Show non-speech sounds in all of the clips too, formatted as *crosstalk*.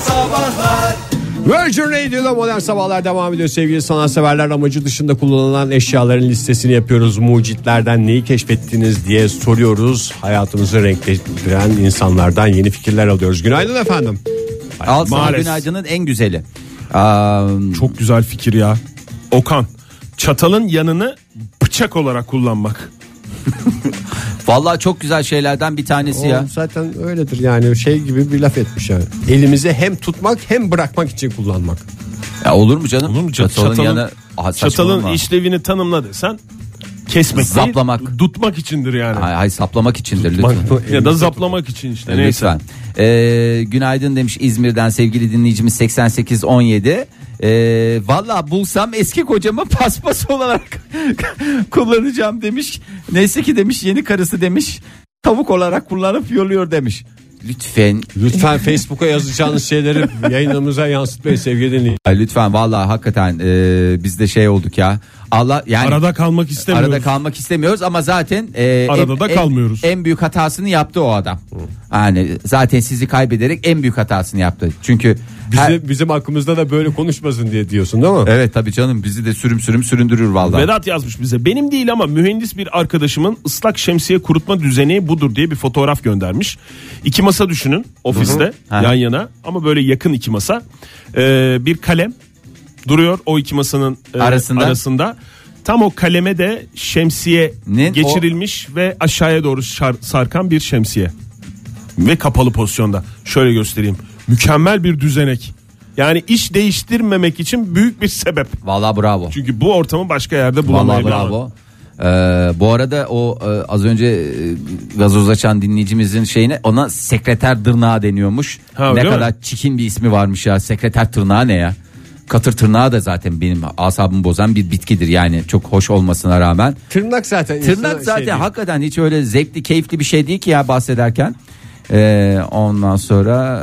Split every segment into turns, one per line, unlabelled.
Sabahlar
Virgin Radio'da modern sabahlar devam ediyor sevgili sanatseverler amacı dışında kullanılan eşyaların listesini yapıyoruz mucitlerden neyi keşfettiniz diye soruyoruz hayatımızı renklendiren insanlardan yeni fikirler alıyoruz günaydın efendim
Al sana
Maalesef.
günaydının en güzeli. Aa,
Çok güzel fikir ya. Okan. Çatalın yanını bıçak olarak kullanmak.
vallahi çok güzel şeylerden bir tanesi ya.
O zaten öyledir yani şey gibi bir laf etmiş yani elimizi hem tutmak hem bırakmak için kullanmak
Ya olur mu canım?
Olur mu canım?
Çatalın,
Çatalın-
yanı Aha, saçmalama.
Çatalın işlevini tanımla desen kesmek
Zaplamak.
değil, tutmak içindir yani.
Ay, ay, saplamak içindir lütfen.
ya da zaplamak için işte neyse.
E, Lütfen. Ee, günaydın demiş İzmir'den sevgili dinleyicimiz 8817. Ee, Valla bulsam eski kocama *laughs* paspas olarak *laughs* kullanacağım demiş. Neyse ki demiş yeni karısı demiş. Tavuk olarak kullanıp yoluyor demiş. Lütfen
lütfen Facebook'a yazacağınız şeyleri yayınımıza yansıtmayın sevgili dinleyiciler
Ay lütfen vallahi hakikaten e, biz de şey olduk ya. Allah yani
Arada kalmak istemiyoruz.
arada kalmak istemiyoruz ama zaten e,
Arada da kalmıyoruz.
En, büyük hatasını yaptı o adam. Yani zaten sizi kaybederek en büyük hatasını yaptı. Çünkü her-
Bizi- bizim hakkımızda da böyle konuşmasın diye diyorsun değil mi?
evet tabii canım bizi de sürüm sürüm süründürür vallahi.
Vedat yazmış bize. Benim değil ama mühendis bir arkadaşımın ıslak şemsiye kurutma düzeni budur diye bir fotoğraf göndermiş. İki masa düşünün ofiste
Aha.
yan yana ama böyle yakın iki masa. Ee, bir kalem duruyor o iki masanın e,
Arasında.
arasında. Tam o kaleme de şemsiye
Ne?
geçirilmiş ve aşağıya doğru şar- sarkan bir şemsiye. Ve kapalı pozisyonda. Şöyle göstereyim. Mükemmel bir düzenek. Yani iş değiştirmemek için büyük bir sebep.
Vallahi bravo.
Çünkü bu ortamı başka yerde
Vallahi
bulamayız.
bravo. Ee, bu arada o e, az önce e, gazoz açan dinleyicimizin şeyine ona sekreter tırnağı deniyormuş.
Ha,
ne
öyle mi?
kadar çikin bir ismi varmış ya. Sekreter tırnağı ne ya? Katır tırnağı da zaten benim asabımı bozan bir bitkidir yani çok hoş olmasına rağmen.
Tırnak zaten insana
Tırnak
şey
zaten
değil.
hakikaten hiç öyle zevkli keyifli bir şey değil ki ya bahsederken. Ee, ondan sonra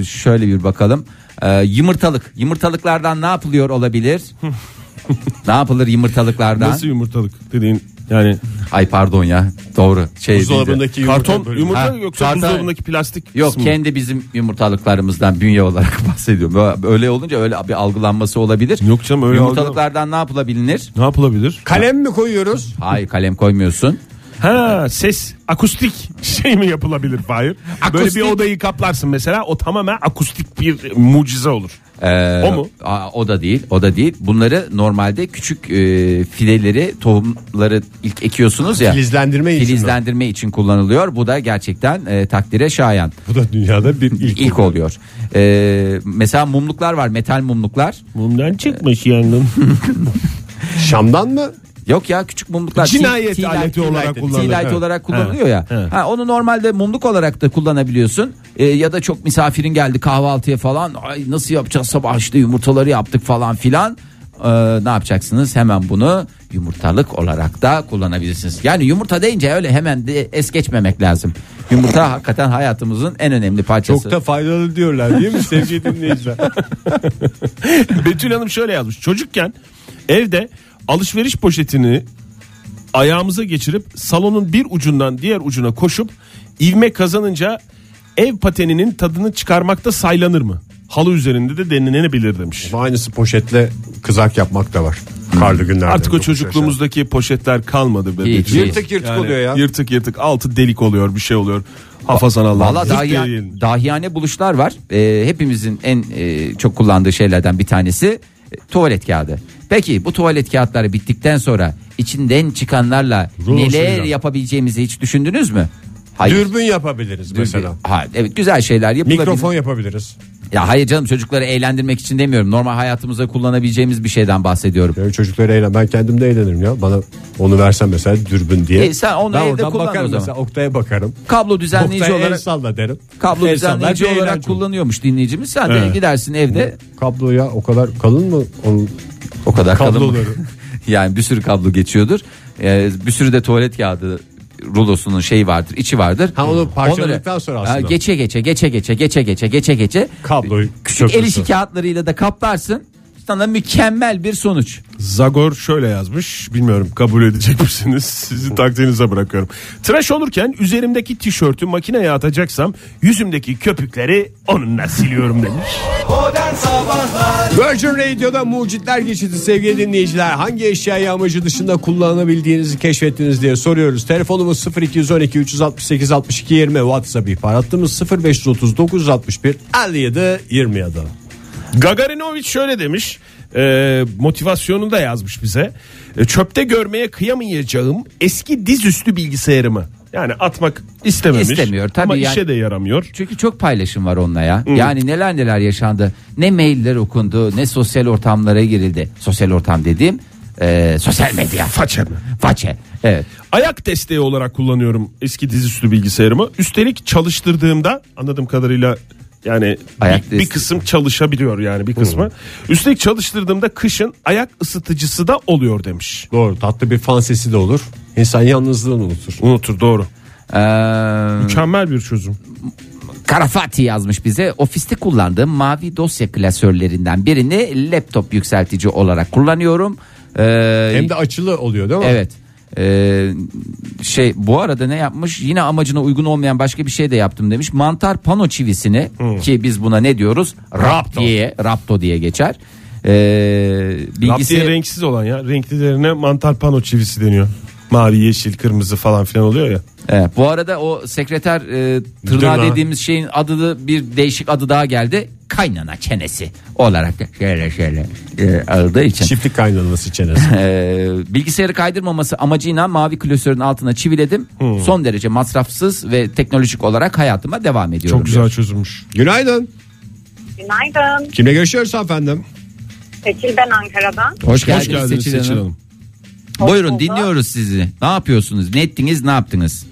e, şöyle bir bakalım. Ee, yumurtalık. Yumurtalıklardan ne yapılıyor olabilir? ne yapılır yumurtalıklardan?
Nasıl yumurtalık dediğin yani
Ay pardon ya. Doğru. Şey değil de.
Buzdolabındaki yumurta
karton
bölümü.
yumurta
Ha,
yoksa
karton.
buzdolabındaki plastik
Yok
kısmı mı?
kendi bizim yumurtalıklarımızdan bünye olarak *laughs* bahsediyorum. Öyle olunca öyle bir algılanması olabilir.
Yok canım, öyle
Yumurtalıklardan ne yapılabilir?
ne yapılabilir?
Kalem mi koyuyoruz?
Hayır kalem koymuyorsun.
Ha ses akustik *laughs* şey mi yapılabilir Fahir? Böyle bir odayı kaplarsın mesela o tamamen akustik bir mucize olur.
Ee,
O mu?
aa, o da değil. O da değil. Bunları normalde küçük e, fideleri, tohumları ilk ekiyorsunuz ya.
Filizlendirme için mi?
Filizlendirme için kullanılıyor. Bu da gerçekten e, takdire şayan.
Bu da dünyada bir ilk.
İlk, oluyor. Ee, mesela mumluklar var, metal mumluklar.
Bundan çıkmış yangın.
Şam'dan mı?
Yok ya küçük mumluklar.
Cinayet
Tea- tea
aleti
light-
olarak
tea
kullanılır.
light
Evet.
olarak kullanılıyor
Evet.
ya.
Evet.
Ha, onu normalde mumluk olarak da kullanabiliyorsun. Ee, ya da çok misafirin geldi kahvaltıya falan. Ay nasıl yapacağız sabah işte yumurtaları yaptık falan filan. Ee, ne yapacaksınız? Hemen bunu yumurtalık olarak da kullanabilirsiniz. Yani yumurta deyince öyle hemen de es geçmemek lazım. Yumurta hakikaten hayatımızın en önemli parçası.
Çok da faydalı diyorlar değil mi sevgili *laughs* dinleyiciler?
Betül Hanım şöyle yazmış. Çocukken evde alışveriş poşetini ayağımıza geçirip salonun bir ucundan diğer ucuna koşup ivme kazanınca ev pateninin tadını çıkarmakta saylanır mı? Halı üzerinde de denilenebilir demiş.
Aynısı poşetle kızak yapmak da var. Karlı günlerde.
Artık o
Dokuz yaşında.
çocukluğumuzdaki poşetler kalmadı. Be
Hiç,
Betül.
hiç.
Yırtık yırtık oluyor ya.
Yırtık yırtık altı delik oluyor bir şey oluyor. Hafazan Allah.
Valla
Zırt
dahiyan-
değil.
dahiyane buluşlar var. Ee, hepimizin en e, çok kullandığı şeylerden bir tanesi e, tuvalet kağıdı. Peki bu tuvalet kağıtları bittikten sonra içinden çıkanlarla neler yapabileceğimizi hiç düşündünüz mü? Hayır.
Dürbün yapabiliriz mesela.
Ha, evet güzel şeyler yapılabilir.
Mikrofon yapabiliriz.
Ya hayır canım çocukları eğlendirmek için demiyorum. Normal hayatımızda kullanabileceğimiz bir şeyden bahsediyorum.
Yani çocukları eğlen. Ben kendim de eğlenirim ya. Bana onu versen mesela dürbün diye.
E, sen onu
ben
evde
oradan
kullan o
bakarım
zaman.
mesela. Oktay'a bakarım.
Kablo düzenleyici
Oktay el
olarak
salla derim.
kablo
El
düzenleyici
sallar, bir
olarak
eğlence olur.
kullanıyormuş dinleyicimiz. Sen de
Evet.
gidersin evde
Kablo ya o kadar kalın mı? Onun
O kadar kalın.
Kabloları.
*laughs* yani bir sürü kablo geçiyordur. Ee, bir sürü de tuvalet kağıdı rulosunun şeyi vardır, içi vardır.
Ha, onu parçaladıktan
Onları-
sonra aslında.
Ha, Geçe geçe geçe geçe geçe geçe geçe geçe.
Kabloyu
Küçük el
köprüsü.
işi kağıtlarıyla da kaptarsın. asistanla mükemmel bir sonuç.
Zagor şöyle yazmış. Bilmiyorum kabul edecek misiniz? Sizin takdirinize bırakıyorum. Tıraş olurken üzerimdeki tişörtü makineye atacaksam yüzümdeki köpükleri onunla siliyorum demiş.
Modern Sabahlar
Virgin Radio'da mucitler geçidi sevgili dinleyiciler. Hangi eşyayı amacı dışında kullanabildiğinizi keşfettiniz diye soruyoruz. Telefonumuz 0212 368 62 20 WhatsApp ihbar hattımız 0539 61 57 27.
Gagarinovic şöyle demiş. E, motivasyonu da yazmış bize. E, çöpte görmeye kıyamayacağım eski dizüstü bilgisayarımı. Yani atmak istememiş.
İstemiyor, tabii
ama
yani-
işe de yaramıyor.
Çünkü çok paylaşım var onunla ya. Yani neler neler yaşandı. Ne mailler okundu, ne sosyal ortamlara girildi. Sosyal ortam dediğim e, sosyal medya.
Faça mı?
Façe. Evet.
Ayak desteği olarak kullanıyorum eski dizüstü bilgisayarımı. Üstelik çalıştırdığımda anladığım kadarıyla yani
Ayak
bir, bir
desteği.
kısım çalışabiliyor yani bir kısmı.
Hmm.
Üstelik çalıştırdığımda kışın ayak ısıtıcısı da oluyor demiş.
Doğru tatlı bir fan sesi de olur. İnsan yalnızlığını unutur. Hmm.
Unutur doğru.
Ee,
Mükemmel bir çözüm.
Karafati yazmış bize. Ofiste kullandığım mavi dosya klasörlerinden birini laptop yükseltici olarak kullanıyorum. Ee,
Hem de açılı oluyor değil mi?
Evet. Ee, şey bu arada ne yapmış yine amacına uygun olmayan başka bir şey de yaptım demiş mantar pano çivisini ki biz buna ne diyoruz rapto diye rapto diye geçer ee,
Laptiye
bilgisayar
renksiz olan ya. Renklilerine mantar pano çivisi deniyor. Mavi, yeşil, kırmızı falan filan oluyor ya.
Evet, bu arada o sekreter e, tırnağı
Tırnağı.
dediğimiz şeyin adı da bir değişik adı daha geldi kaynana çenesi olarak da şöyle şöyle e, aldığı için
Çiftlik kaynanası çenesi.
Ee, bilgisayarı kaydırmaması amacıyla mavi klasörün altına çiviledim. Son derece masrafsız ve teknolojik olarak hayatıma devam ediyorum.
Çok güzel çözülmüş.
Günaydın.
Günaydın.
Kimle görüşüyoruz efendim?
Seçil ben Ankara'dan.
Hoş geldiniz,
Hoş geldiniz
Seçil Hanım.
Seçil Hanım.
Hoş
Buyurun
bulduk.
dinliyoruz sizi. Ne yapıyorsunuz? Ne ettiniz? Ne yaptınız?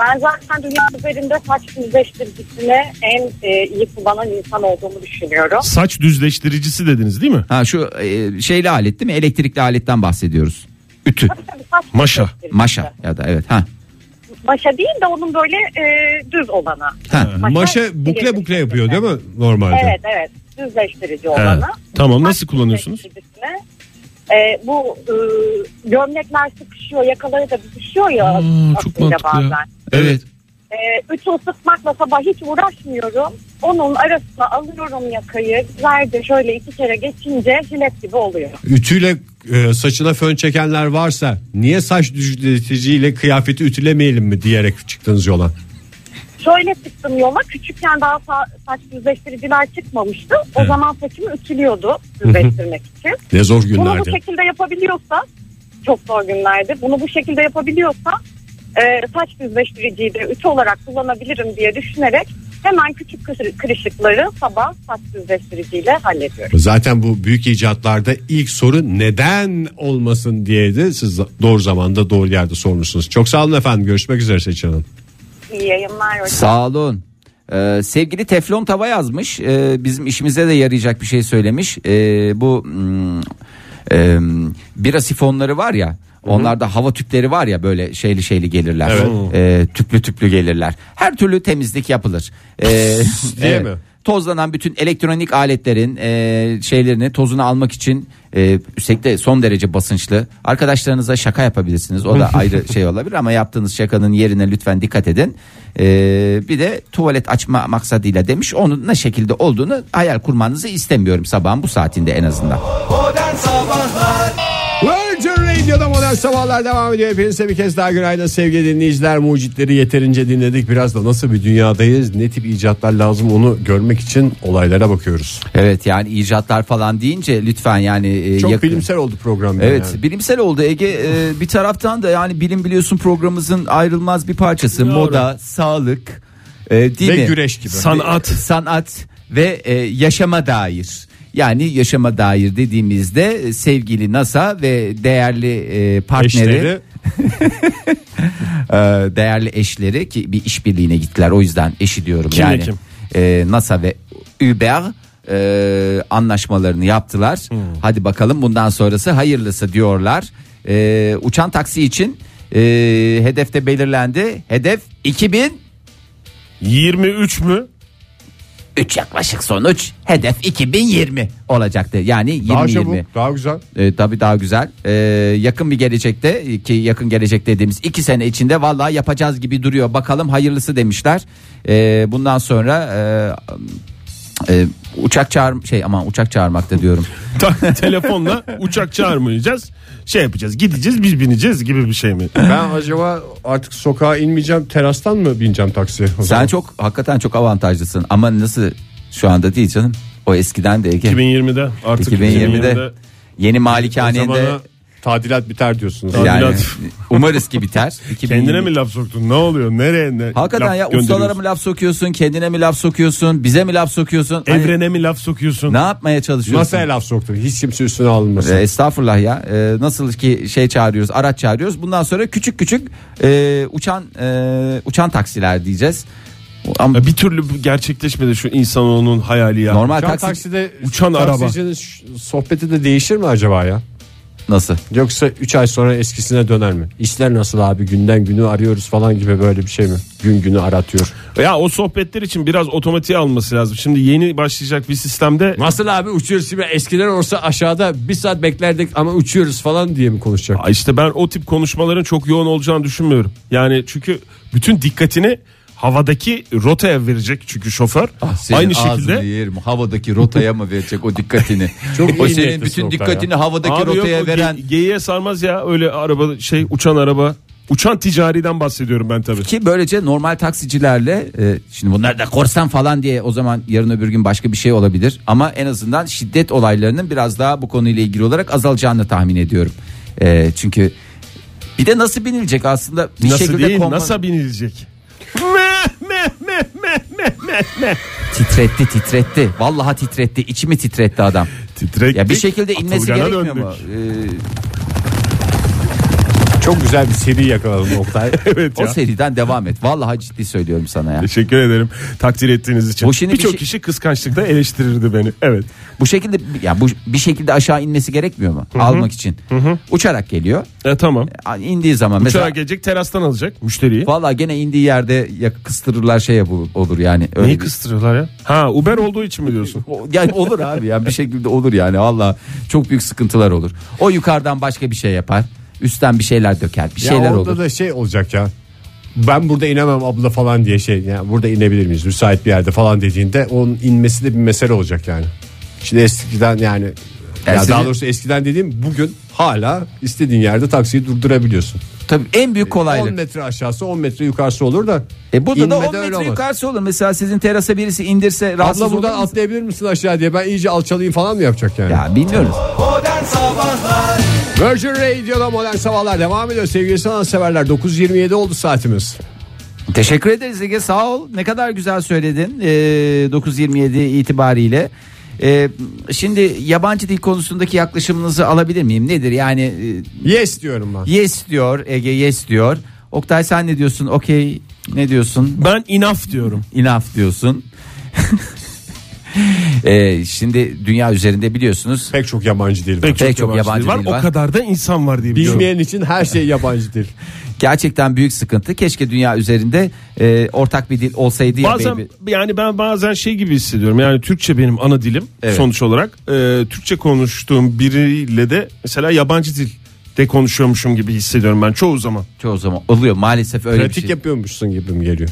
Ben zaten dünya üzerinde saç düzleştiricisine en e, iyi kullanan insan olduğumu düşünüyorum.
Saç düzleştiricisi dediniz değil mi?
Ha şu e, şeyli alet değil mi? Elektrikli aletten bahsediyoruz. Ütü,
Tabii saç
Maşa.
düzleştiricisi.
maşa ya da evet ha.
Maşa değil de onun böyle e, düz olanı.
Ha.
Maşa bukle bukle yapıyor değil mi normalde?
Evet evet düzleştirici
He.
olanı.
Tamam
Saç
nasıl kullanıyorsunuz?
düzleştiricisine, E, bu e, gömlekler sıkışıyor yakaları da bitişiyor ya
Aa, çok
aslında
mantıklı ya.
bazen.
Evet.
Ee, ütü ısıtmakla sabah hiç uğraşmıyorum. Onun arasına alıyorum yakayı. Güzelce şöyle iki kere geçince jilet gibi oluyor.
Ütüyle e, saçına fön çekenler varsa niye saç düzleticiyle kıyafeti ütülemeyelim mi diyerek çıktınız yola?
Şöyle çıktım yola. Küçükken daha sa- saç düzleştiriciler çıkmamıştı. O zaman saçımı ütülüyordu düzleştirmek için.
Ne zor
Bunu
günlerdi.
bu şekilde yapabiliyorsa çok zor günlerdi. Bunu bu şekilde yapabiliyorsa e, saç düzleştiriciyi de ütü olarak kullanabilirim diye düşünerek hemen küçük kır- kırışıkları sabah saç düzleştiriciyle hallediyorum.
Zaten bu büyük icatlarda ilk soru neden olmasın diyeydi. Siz doğru zamanda doğru yerde sormuşsunuz. Çok sağ olun efendim. Görüşmek üzere Seçil Hanım.
İyi yayınlar. hocam.
Sağ olun. Ee, sevgili Teflon Tava yazmış. Ee, bizim işimize de yarayacak bir şey söylemiş. Ee, bu hmm, e, bira sifonları var ya. Onlarda hava tüpleri var ya böyle şeyli şeyli gelirler. Ee, tüplü tüplü gelirler. Her türlü temizlik yapılır. Ee,
diye
evet.
mi?
Tozlanan bütün elektronik aletlerin e, şeylerini tozunu almak için e, üstelik de son derece basınçlı. Arkadaşlarınıza şaka yapabilirsiniz.
*laughs*
O da ayrı şey olabilir ama yaptığınız şakanın yerine lütfen dikkat edin. E, bir de tuvalet açma maksadıyla demiş. Onun ne şekilde olduğunu hayal kurmanızı istemiyorum sabahın bu saatinde en azından.
Modern Sabahlar
Virgin Radio'da modern sabahlar devam ediyor. Hepinize bir kez daha günaydın sevgili dinleyiciler. Mucitleri yeterince dinledik. Biraz da nasıl bir dünyadayız, ne tip icatlar lazım onu görmek için olaylara bakıyoruz.
Evet yani icatlar falan deyince lütfen yani e,
Çok
yakın-
bilimsel oldu program.
Evet
yani.
bilimsel oldu Ege Ee, bir taraftan da yani bilim biliyorsun programımızın ayrılmaz bir parçası moda sağlık e, değil
Ve
mi? e,
güreş gibi.
Sanat.
sanat ve e, yaşama dair yani yaşama dair dediğimizde e, sevgili NASA ve değerli e, partneri
Eşleri
e, değerli eşleri ki bir işbirliğine gittiler o yüzden eşi diyorum
Kimle
yani.
kim?
E, NASA ve Uber e, anlaşmalarını yaptılar. Hadi bakalım bundan sonrası hayırlısı diyorlar. E, uçan taksi için e, hedef de belirlendi. Hedef 2000
23 mü?
3 yaklaşık sonuç hedef 2020 olacaktı. Yani 20
Daha
20.
çabuk daha güzel.
E, tabii daha güzel. E, yakın bir gelecekte ki yakın gelecek dediğimiz iki sene içinde vallahi yapacağız gibi duruyor. Bakalım hayırlısı demişler. E, bundan sonra e, e, uçak çağır şey aman uçak çağırmakta diyorum.
Ta- *laughs* telefonla uçak çağırmayacağız. Şey yapacağız. Gideceğiz biz bineceğiz gibi bir şey mi?
Ben acaba artık sokağa inmeyeceğim terastan mı bineceğim taksiye? o
Sen
zaman?
çok hakikaten çok avantajlısın ama nasıl şu anda değil canım. O eskiden de Ege.
2020'de artık
2020'de,
2020'de
yeni
O
malikanende
zamana tadilat biter diyorsunuz.
yani
tadilat.
umarız ki biter. 2020
kendine mi laf soktun? Ne oluyor? Nereye? Ne,
Hakikaten
laf
ya ustalara
gönderiyorsun?
mı laf sokuyorsun, kendine mi laf sokuyorsun, bize mi laf sokuyorsun? Hani
Evrene mi laf sokuyorsun?
ne yapmaya çalışıyorsun?
Nasıl laf soktun? Hiç kimse üstüne
E,
alınmasın.
Estağfurullah ya. E, nasıl ki şey çağırıyoruz, araç çağırıyoruz. Bundan sonra küçük küçük e, uçan e, uçan taksiler diyeceğiz. Ama
Ya bir türlü bu gerçekleşmedi şu insanoğlunun hayali ya.
normal
Uçan
taksi
takside
Uçan araba.
taksicinin ş- sohbeti de değişir mi acaba ya?
nasıl?
Yoksa 3 ay sonra eskisine döner mi? İşler nasıl abi günden günü arıyoruz falan gibi böyle bir şey mi? Gün günü aratıyor.
Ya o sohbetler için biraz otomatiğe alması lazım. Şimdi yeni başlayacak bir sistemde
Nasıl abi uçuyoruz gibi eskiden olsa aşağıda bir saat beklerdik ama uçuyoruz falan diye mi konuşacak?
Aa, işte ben o tip konuşmaların çok yoğun olacağını düşünmüyorum. Yani çünkü bütün dikkatini havadaki rotaya verecek çünkü şoför.
Ah,
Aynı şekilde
yerim. Havadaki rotaya mı verecek o dikkatini?
Çok O iyi senin niyetlisin bütün Oktay ya. dikkatini
havadaki
Abi yok, o ge- geyiğe sarmaz ya öyle araba şey uçan araba. Uçan ticariden bahsediyorum ben tabii.
Ki böylece normal taksicilerle e, şimdi bunlar da korsan falan diye o zaman yarın öbür gün başka bir şey olabilir. Ama en azından şiddet olaylarının biraz daha bu konuyla ilgili olarak azalacağını tahmin ediyorum. E, çünkü bir de nasıl binilecek aslında bir
Nasıl
şekilde
değil?
konma-
Nasıl binilecek? Meh, meh, meh, meh, meh, meh, meh.
titretti titretti. Vallahi titretti. içimi titretti adam.
Titrektik,
Ya bir şekilde inmesi
atılgana
gerekmiyor
döndük.
mu? E,
Çok güzel bir seri yakaladım Oktay.
*laughs* Evet
E, o
ya.
seriden devam et. Vallahi ciddi söylüyorum sana ya.
Teşekkür ederim takdir ettiğiniz için.
Bu şimdi bir
Birçok
şey-
kişi kıskançlıkta eleştirirdi beni. Evet.
Bu şekilde ya bu bir şekilde aşağı inmesi gerekmiyor mu? Almak için. Uçarak geliyor.
E, tamam.
indiği zaman
Uçağa
mesela
gelecek terastan alacak müşteriyi.
Valla gene indiği yerde ya kıstırırlar şey bu olur yani. Öyle
Neyi
bir-
kıstırıyorlar ya? Ha Uber olduğu için mi diyorsun?
O- Yani olur abi ya bir şekilde olur yani valla çok büyük sıkıntılar olur. O yukarıdan başka bir şey yapar. Üstten bir şeyler döker. Bir şeyler
ya orada
olur.
da şey olacak ya. Ben burada inemem abla falan diye şey. Yani burada inebilir miyiz? Müsait bir yerde falan dediğinde onun inmesi de bir mesele olacak yani. Şimdi eskiden yani ya
Eskiden-
daha doğrusu eskiden dediğim bugün hala istediğin yerde taksiyi durdurabiliyorsun.
Tabii en büyük
10
kolaylık.
metre aşağısı 10 metre yukarısı olur da.
E burada da 10
inmede öyle
metre
olmaz.
yukarısı olur. Mesela sizin terasa birisi indirse rahatsız
Abla buradan
olur musun?
atlayabilir misin aşağı diye ben iyice alçalayayım falan mı yapacak yani?
Ya bilmiyoruz.
Modern Sabahlar
Virgin Radio'da modern sabahlar devam ediyor sevgili sanatseverler 9.27 oldu saatimiz.
Teşekkür ederiz Ege sağ ol. Ne kadar güzel söyledin ee, 9.27 itibariyle. Ee, şimdi yabancı dil konusundaki yaklaşımınızı alabilir miyim? Nedir yani e,
Yes diyorum ben.
Yes diyor Ege yes diyor. Oktay sen ne diyorsun? Okey ne diyorsun?
Ben inaf diyorum.
Enough diyorsun. *laughs* Ee, şimdi dünya üzerinde biliyorsunuz
Pek çok yabancı değil.
Pek
Pek,
çok
çok yabancı,
yabancı
dil var.
dil var.
O kadar da insan var diye biliyorum.
Bilmeyen için her şey yabancı değil.
gerçekten büyük sıkıntı. Keşke dünya üzerinde e, ortak bir dil olsaydı ya baby.
Bazen yani ben bazen şey gibi hissediyorum. Yani Türkçe benim ana dilim
Evet.
sonuç olarak. Ee, Türkçe konuştuğum biriyle de mesela yabancı dil de konuşuyormuşum gibi hissediyorum ben çoğu zaman.
Çoğu zaman oluyor maalesef öyle
Pratik
bir şey.
yapıyormuşsun gibi mi geliyor?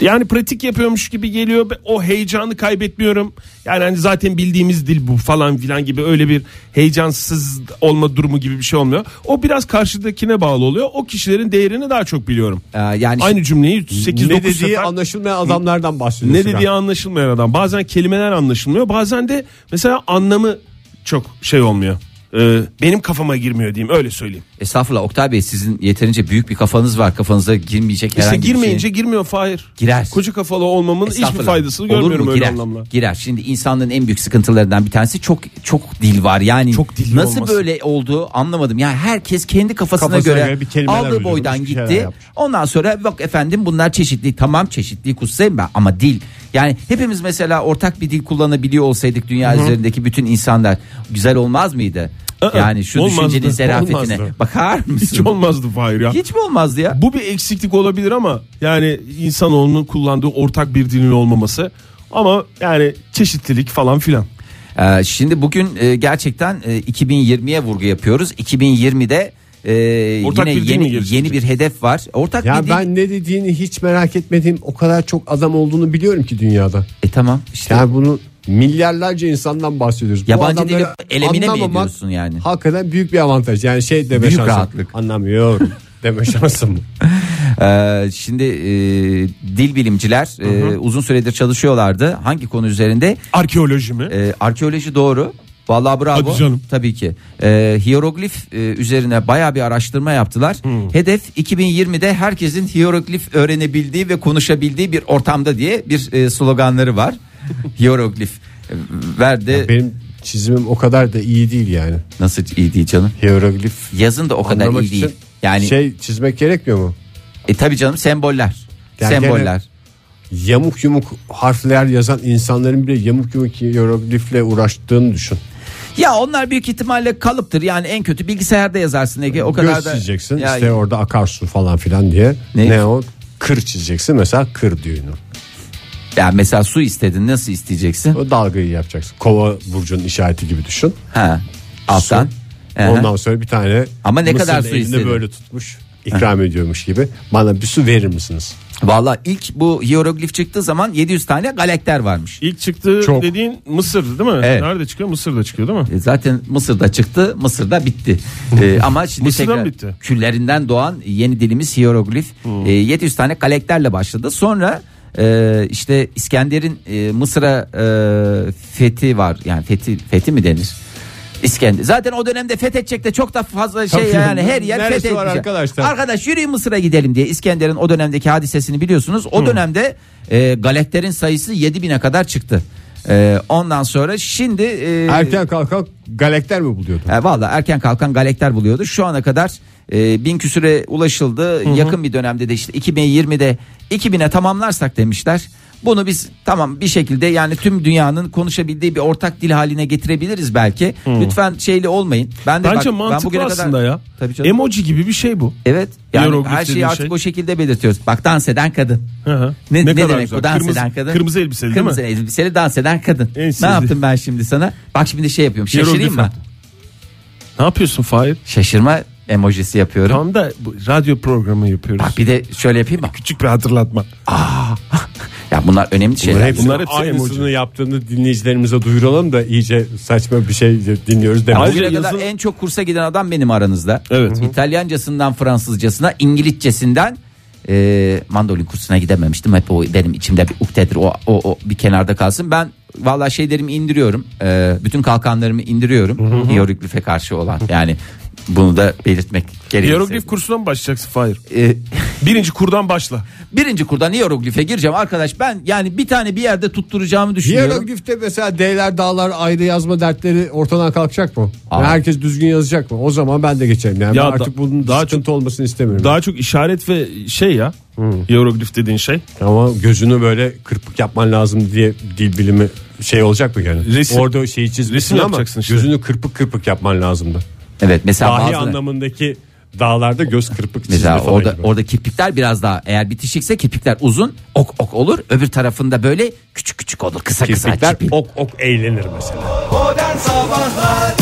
Yani pratik yapıyormuş gibi geliyor. Ben O heyecanı kaybetmiyorum. Yani hani zaten bildiğimiz dil bu falan filan gibi öyle bir heyecansız olma durumu gibi bir şey olmuyor. O biraz karşıdakine bağlı oluyor. O kişilerin değerini daha çok biliyorum.
Ee, yani
Aynı cümleyi 8
ne dediği
9 sefer
anlaşılmayan adamlardan
ne
bahsediyorsun.
dediği anlaşılmayan adam. Bazen kelimeler anlaşılmıyor. Bazen de mesela anlamı çok şey olmuyor. Ee, benim kafama girmiyor diyeyim öyle söyleyeyim.
Estağfurullah Oktay Bey sizin yeterince büyük bir kafanız var. Kafanıza girmeyecek
İşte
herhangi bir şey
girmeyince
şeyin-
girmiyor Fahir.
Girer.
Koca kafalı olmamın hiçbir
Estağfurullah.
faydasını
Olur mu?
görmüyorum öyle
girer,
anlamda.
Girer. Şimdi insanların en büyük sıkıntılarından bir tanesi çok çok dil var. Yani
Çok dilli
nasıl
olması.
böyle oldu anlamadım. Yani herkes kendi kafasına,
Kafasına
göre,
göre bir kelimeler
aldığı
uydurmuş,
boydan
şey
bir şeyler
gitti.
yapmış.
Ondan sonra bak efendim bunlar çeşitli. Tamam çeşitli kutsayım ben ama dil. Yani hepimiz mesela ortak bir dil kullanabiliyor olsaydık dünya üzerindeki bütün insanlar güzel olmaz mıydı?
Aa,
Yani şu
olmazdı,
düşüncenin zarafetine
olmazdı.
bakar mısın?
Hiç olmazdı Fahir ya.
Hiç mi olmazdı ya?
Bu bir eksiklik olabilir ama yani insanoğlunun kullandığı ortak bir dilin olmaması Ama yani çeşitlilik falan filan.
Ee, şimdi bugün e, gerçekten e, 2020'ye vurgu yapıyoruz. 2020'de e,
Ortak
yine
bir dil mi
yeni,
geliştirecek?
yeni bir hedef var. Ortak
Ya
bir dil-
ben ne dediğini hiç merak etmediğim o kadar çok adam olduğunu biliyorum ki dünyada.
E tamam işte.
Yani bunu milyarlarca insandan bahsediyoruz. Bu
Yabancı
adamları
dili elemine mi
anlamamak
ediyorsun yani?
Hakikaten büyük bir avantaj. Yani şey deme
Büyük
şansım.
rahatlık. *laughs*
Anlamıyorum deme şansım.
Ee, şimdi e, dil bilimciler e, uzun süredir çalışıyorlardı. Hangi konu üzerinde?
Arkeoloji mi?
Ee, arkeoloji doğru. Vallahi bravo.
Hadi canım.
Tabii ki. Ee, hiyeroglif e, üzerine bayağı bir araştırma yaptılar.
Hmm.
Hedef 2020'de herkesin hiyeroglif öğrenebildiği ve konuşabildiği bir ortamda diye bir e, sloganları
*laughs*
var. hiyeroglif e, verdi.
Benim çizimim o kadar da iyi değil yani.
Nasıl iyi değil canım?
Hieroglif
Yazın da o kadar
anlamak
iyi değil.
için
Yani
şey çizmek gerekmiyor mu?
e, tabii canım semboller.
Yani
semboller.
Yamuk yumuk harfler yazan insanların bile yamuk yumuk hieroglifle uğraştığını düşün.
Ya onlar büyük ihtimalle kalıptır. Yani en kötü bilgisayarda yazarsın Ege. O kadar
Göz
da
çizeceksin
Ya-
işte orada akarsu falan filan diye.
Ne?
Ne? o? Kır çizeceksin mesela kır düğünü.
ya mesela su istedin nasıl isteyeceksin?
O dalgayı yapacaksın. Kova burcunun işareti gibi düşün.
Ha. Alttan. Aha.
Ondan sonra bir tane
Ama ne
mısırın
kadar su
elini
istedi?
böyle tutmuş ikram ediyormuş gibi. Bana bir su verir misiniz?
Valla ilk bu hieroglif çıktığı zaman 700 tane galakter varmış.
İlk çıktığı
Çok.
dediğin Mısır değil mi?
Evet.
Nerede çıkıyor? Mısır'da çıkıyor değil mi?
E, Zaten Mısır'da çıktı, Mısır'da bitti.
*laughs*
E, ama şimdi
Mısır'da
tekrar
mı bitti?
küllerinden doğan yeni dilimiz hieroglif.
Hmm.
E, 700 tane galakterle başladı. Sonra e, işte İskender'in e, Mısır'a e, fethi var. Yani fethi fethi mi denir? İskender. Zaten o dönemde fethedecek de çok da fazla şey
Tabii.
yani her yer
Neresi
fethedecek.
var arkadaşlar?
Arkadaş yürüyün Mısır'a gidelim diye İskender'in o dönemdeki hadisesini biliyorsunuz. O
Hmm.
dönemde e, galakterin sayısı 7000'e kadar çıktı. E, ondan sonra şimdi e,
Erken kalkan galakter mi buluyordu?
e, Valla erken kalkan galekler buluyordu. Şu ana kadar e, bin küsüre ulaşıldı. Yakın bir dönemde de işte 2020'de 2000'e tamamlarsak demişler. Bunu biz tamam bir şekilde yani tüm dünyanın konuşabildiği bir ortak dil haline getirebiliriz belki. Lütfen şeyli olmayın. Ben de
Bence
bak, ben
mantıklı
bugüne kadar-
aslında ya.
Tabii canım.
Emoji gibi bir şey bu.
evet. Yani
Hieroglif
her şeyi
dediğin
artık
şey.
o şekilde belirtiyoruz. Bak dans eden kadın.
Hı hı.
Ne, ne,
kadar
demek
güzel.
o dans
kırmızı,
eden kadın?
Kırmızı elbiseli değil mi?
Kırmızı elbiseli dans eden kadın.
En
ne
sevdiğim.
yaptım ben şimdi sana? Bak şimdi şey yapıyorum. Şaşırayım
Hieroglif
mı?
yaptım. Ne yapıyorsun Fahir?
Şaşırma emojisi yapıyorum.
Tam da bu radyo programı yapıyoruz.
Bak bir de şöyle yapayım mı?
Küçük bir hatırlatma.
Ya bunlar önemli şeyler.
hepsi- bunlar
aynısını
emoji.
yaptığını dinleyicilerimize duyuralım da iyice saçma bir şey dinliyoruz
Ya
demek.
bugüne
Ayrıca
kadar
yazılı-
en çok kursa giden adam benim aranızda.
Evet.
Hı hı. İtalyancasından Fransızcasına, İngilizcesinden e, mandolin kursuna gidememiştim. Hep o benim içimde bir uktedir. O, o, o bir kenarda kalsın. Ben vallahi şeylerimi indiriyorum. E, bütün kalkanlarımı indiriyorum. Hieroglife karşı olan. Yani bunu da belirtmek gerekiyor.
Hieroglif kursuna mı başlayacaksın Fahir?
E, *laughs*
Birinci kurdan başla.
birinci kurdan hieroglife gireceğim arkadaş. Ben yani bir tane bir yerde tutturacağımı düşünüyorum.
Hieroglif'te mesela D'ler dağlar ayrı yazma dertleri ortadan kalkacak mı?
Aa.
Yani herkes düzgün yazacak mı? O zaman ben de geçerim. Yani
Ya
ben
da-
artık bunun
daha
daha sıkıntı olmasını istemiyorum.
Daha çok işaret ve şey ya.
Hmm.
Hieroglif dediğin şey.
Ama gözünü böyle kırpık yapman lazım diye dil bilimi şey olacak mı yani?
Resim-
Orada o şeyi çizmişsin
resim
ama
yapacaksın işte.
gözünü kırpık kırpık yapman lazımdı.
Evet mesela
Dahi
bazıları-
anlamındaki dağlarda göz kırpık çizdi
Mesela
falan
orada
gibi.
orada kirpikler biraz daha eğer bitişikse kirpikler uzun ok ok olur. Öbür tarafında böyle küçük küçük olur. Kısa kısa
Kirpikler
kirpik.
ok ok eğlenir mesela.
Modern Sabahlar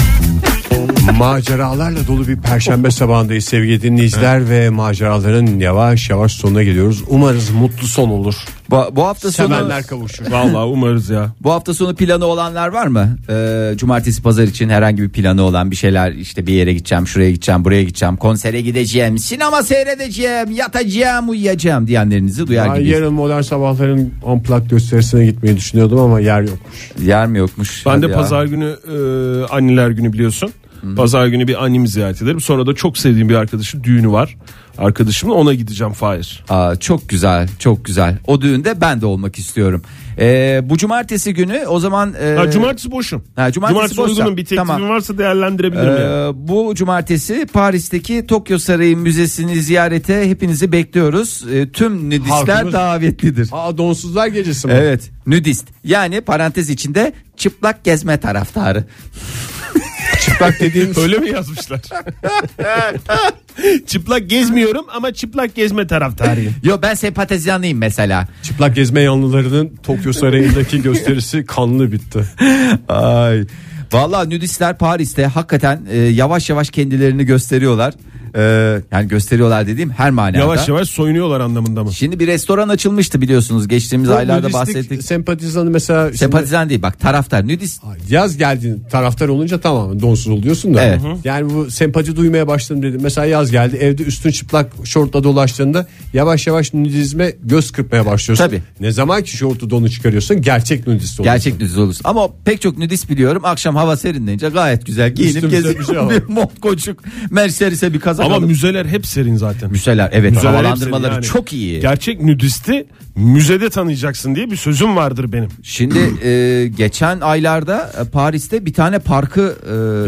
Maceralarla dolu bir perşembe sabahındayız sevgili dinleyiciler ve maceraların yavaş yavaş sonuna geliyoruz. Umarız mutlu son olur.
Bu, bu hafta sonu
Sevenler kavuşur.
Vallahi umarız ya.
bu hafta sonu planı olanlar var mı? Ee, cumartesi pazar için herhangi bir planı olan bir şeyler işte bir yere gideceğim, şuraya gideceğim, buraya gideceğim, konsere gideceğim, sinema seyredeceğim, yatacağım, uyuyacağım diyenlerinizi duyar
Ya
gibi. Yer,
yarın modern sabahların unplugged gösterisine gitmeyi düşünüyordum ama yer yokmuş.
mi yokmuş?
Ben
Hadi
de
ya. Hmm.
pazar günü e, anneler günü biliyorsun. Pazar günü bir annemi ziyaret ederim. Sonra da çok sevdiğim bir arkadaşım düğünü var. Arkadaşımla ona gideceğim Fahir.
Aa, çok güzel, çok güzel. O düğünde ben de olmak istiyorum. Ee, bu cumartesi günü o zaman e,
Ee, Ha, cumartesi boşum.
Ha, cumartesi boşsa.
uygunum. Bir teklifin
Tamam.
varsa değerlendirebilirim. *laughs* yani.
Ee, bu cumartesi Paris'teki Tokyo Sarayı Müzesi'ni ziyarete hepinizi bekliyoruz. Ee, tüm nüdistler
Halkımız-
davetlidir.
Aa donsuzlar gecesi mi?
Evet, nüdist. Yani parantez içinde çıplak gezme taraftarı.
Çıplak dediğin
Öyle mi yazmışlar? *laughs* çıplak gezmiyorum ama çıplak gezme taraftarıyım.
Yo ben sempatizanıyım mesela.
Çıplak gezme yanlılarının Tokyo Sarayı'ndaki
*laughs*
gösterisi kanlı bitti.
Ay. Vallahi nudistler Paris'te hakikaten e, yavaş yavaş kendilerini gösteriyorlar. E, yani gösteriyorlar dediğim her manada.
*laughs* Yavaş yavaş soyunuyorlar anlamında mı?
Şimdi bir restoran açılmıştı biliyorsunuz geçtiğimiz aylarda bahsettik.
Sempatizanı mesela şimdi
Sempatizan değil bak taraftar nudist
yaz geldiğin taraftar olunca tamamen donsuz oluyorsun da.
Evet.
Yani bu sempati duymaya başladım dedim. Mesela yaz geldi evde üstün çıplak şortla dolaştığında yavaş yavaş nudizme göz kırpmaya başlıyorsun.
Tabii.
Ne zaman ki şortu donu çıkarıyorsun gerçek nudist oluyorsun.
Gerçek nudist olursun. Ama pek çok nudist biliyorum. Akşam hava serinleyince gayet güzel giyinip
Üstümüze
geziyor. *laughs*
bir
Bir,
şey alalım.
mont kocuk. Mercedes'e bir kazak
Ama
alıp.
müzeler hep serin zaten.
Müzeler evet
Müzeler hep
havalandırmaları
serin yani.
çok iyi.
Gerçek nüdisti müzede tanıyacaksın diye bir sözüm vardır benim.
Şimdi e, geçen aylarda e, Paris'te bir tane parkı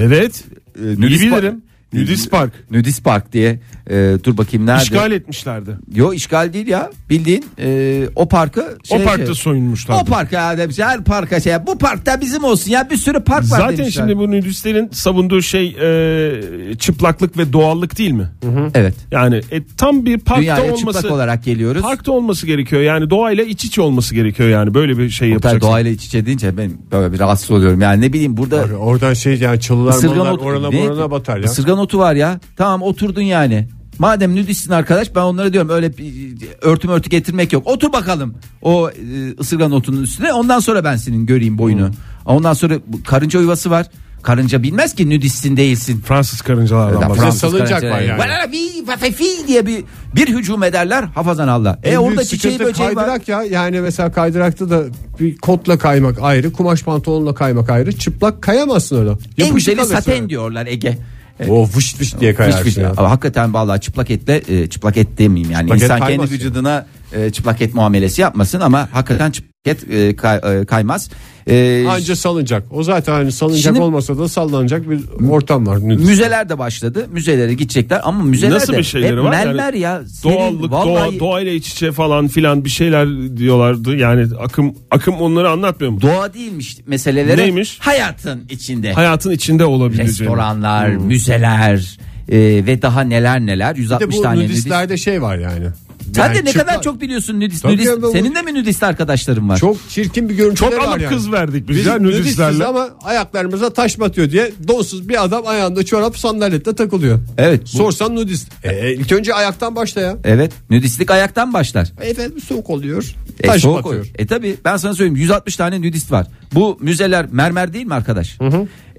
e,
Evet.
e,
iyi
pa-
bilirim. Nudist park.
Nudist park diye e, dur bakayım nerede?
İşgal etmişlerdi.
Yo işgal değil ya. Bildiğin e, o parkı
o
şey-
parkta
şey-
soyunmuşlardı.
O parka ya demiş. Her parka şey. Bu parkta bizim olsun ya. Bir sürü park var
Zaten
demişler.
şimdi bu nüdistlerin savunduğu şey e, çıplaklık ve doğallık değil mi?
Evet.
Yani e, tam bir parkta
Dünyaya
olması
çıplak olarak geliyoruz.
parkta olması gerekiyor. Yani doğayla iç içe olması gerekiyor yani böyle bir şey
Oktay
yapacaksın.
doğayla iç içe deyince ben böyle bir rahatsız oluyorum. Yani ne bileyim burada
Abi Oradan şey yani çalılar
ısırgan
mallar
otu,
orana
ne?
borana batar ya.
Isırgan otu var ya. Tamam oturdun yani. Madem nudistsin arkadaş ben onlara diyorum öyle bir örtüm örtü getirmek yok. Otur bakalım o e, ısırgan otunun üstüne ondan sonra ben senin göreyim
Hmm.
boyunu. Ondan sonra bu karınca yuvası var. Karınca bilmez ki nudistsin değilsin.
Fransız karıncalardan
Ya
bahsediyorum.
Fransız
salıncak
karınca-
var yani.
Valala vi, vafe fi diye bir bir hücum ederler hafazan Allah. E
En
orada
büyük
çiçeği
sıkıntı
böceği var.
kaydırak ya. Yani mesela kaydırakta da bir kotla kaymak ayrı, kumaş pantolonla kaymak ayrı. Çıplak kayamazsın orada.
En güzeli
kalırsın
saten
orada.
diyorlar Ege. E,
O vış vış diye kayarsın.
Hiçbir şey.
ya.
Ama hakikaten vallahi çıplak etle e, çıplak et demeyeyim yani
Çıplak et
insan
kaymaz
kendi
yani.
vücuduna e, çıplak et muamelesi yapmasın ama hakikaten çıplak et e, kay- e, kaymaz. E,
Anca salınacak. O zaten hani salınacak
Şimdi-
olmasa da sallanacak bir ortam var. Nüdüs.
Müzeler de başladı. Müzelere gidecekler ama müzelerde
Nasıl bir şeyleri
hep
var? Yani
mermer ya. Senin
Doğallık,
vallahi
doğa, doğayla iç içe falan filan bir şeyler diyorlardı. Yani akım akım onları anlatmıyor mu?
doğa değilmiş meselelere.
Neymiş?
Hayatın içinde.
Hayatın içinde olabileceğini.
Restoranlar, müzeler e, ve daha neler neler.
Bir
160
de bu
tane nudist.
nudistlerde şey var yani.
Sen
Yani
de ne
çıplak-
kadar çok biliyorsun nudist.
Tabii
nudist.
ya, ben-
Senin de mi nudist arkadaşların var?
çok çirkin bir görüntüleri
Çok
var
alıp
yani.
kız verdik biz,
Biz
ya
nudistiz
nudistlerle.
ama ayaklarımıza taş batıyor diye donsuz bir adam ayağında çorap sandalette takılıyor.
Evet. E, bu-
Sorsan nudist. E, ilk önce ayaktan başla ya.
Evet nudistlik ayaktan başlar.
Efendim soğuk oluyor.
E,
taş
soğuk
batıyor.
olur. E tabi ben sana söyleyeyim 160 tane nudist var. Bu müzeler mermer değil mi arkadaş?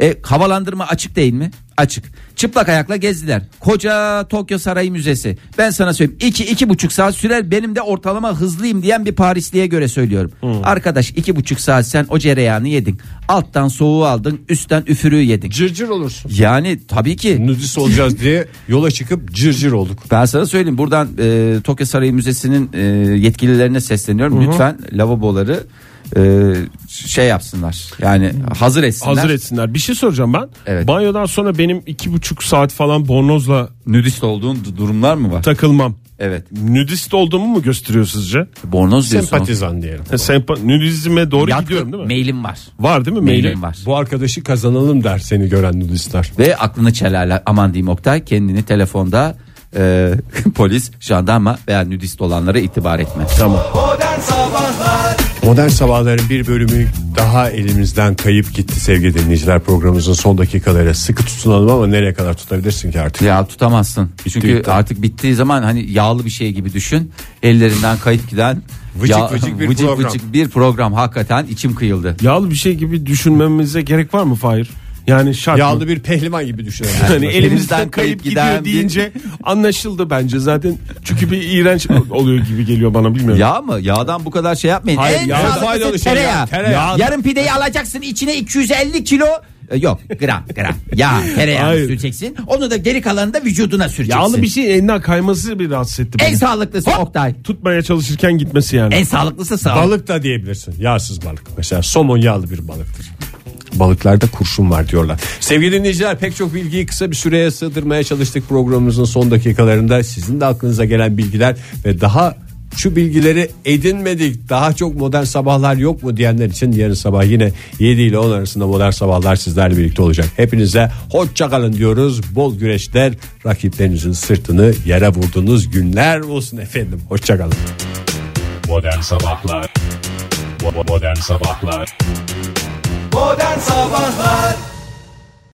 E, havalandırma açık değil mi? Açık. Çıplak ayakla gezdiler. Koca Tokyo Sarayı Müzesi. Ben sana söyleyeyim 2 iki, iki buçuk saat sürer benim de ortalama hızlıyım diyen bir Parisliye göre söylüyorum. Arkadaş iki buçuk saat sen o cereyanı yedin. Alttan soğuğu aldın üstten üfürüğü yedin.
Cırcır olursun.
Yani tabii ki.
Nudist olacağız diye yola çıkıp cırcır olduk.
Ben sana söyleyeyim buradan e, Tokyo Sarayı Müzesi'nin e, yetkililerine sesleniyorum. Lütfen lavaboları e, şey yapsınlar. Yani hazır etsinler.
Hazır etsinler. Bir şey soracağım ben.
Evet.
Banyodan sonra benim iki buçuk saat falan bornozla
Nüdist olduğun du- durumlar mı var?
takılmam.
Evet.
Nüdist olduğumu mu gösteriyor sizce?
Bornoz diyorsun.
Sempatizan diyelim.
Sempa- nüdizme doğru
Yatkın
gidiyorum değil mi?
Mailim var.
var değil mi
Mailim
meyli?
var.
Bu arkadaşı kazanalım der seni gören nudistler.
Ve aklını çelerler. Aman diyeyim Oktay kendini telefonda e, *laughs* polis, jandarma veya nüdist olanlara itibar etme. Tamam.
Modern Sabahlar
Modern sabahların bir bölümü daha elimizden kayıp gitti sevgili dinleyiciler. Programımızın son dakikaları sıkı tutunalım ama nereye kadar tutabilirsin ki artık?
Ya tutamazsın. Çünkü
Bitti, bitti.
artık bittiği zaman hani yağlı bir şey gibi düşün. Ellerinden kayıp giden
Vıcık vıcık bir program.
bir program hakikaten içim kıyıldı.
Yağlı bir şey gibi düşünmemize gerek var mı Fahir? Yani şart mı?
Yağlı bir şey pehlivan gibi düşünelim.
Hani
Elimizden
elimizden
kayıp
kayıp
giden
gidiyor
bir-
deyince anlaşıldı bence zaten. Çünkü bir iğrenç oluyor gibi geliyor bana bilmiyorum.
Yağ mı? Yağdan bu kadar şey yapmayın.
Hayır,
en
yağ
sağlıklısı
faydalı şey
tereyağı.
ya, tereyağı.
Yarım pideyi alacaksın içine 250 kilo e, yok gram gram yağ tereyağı
Hayır.
süreceksin. Onu da geri kalanını da vücuduna süreceksin.
Yağlı bir şey elinden kayması bir rahatsız etti beni.
En sağlıklısı Oktay.
Tutmaya çalışırken gitmesi yani.
En sağlıklısı sağlık.
balık da diyebilirsin. Yağsız balık. Mesela somon yağlı bir balıktır. Balıklarda kurşun var diyorlar. Sevgili dinleyiciler pek çok bilgiyi kısa bir süreye sığdırmaya çalıştık programımızın son dakikalarında. Sizin de aklınıza gelen bilgiler ve daha şu bilgileri edinmedik daha çok modern sabahlar yok mu diyenler için yarın sabah yine 7 ile 10 arasında modern sabahlar sizlerle birlikte olacak. Hepinize hoşça kalın diyoruz. Bol güreşler rakiplerinizin sırtını yere vurduğunuz günler olsun efendim. Hoşça kalın.
Modern Sabahlar Bo- Modern Sabahlar
Modern Sabahlar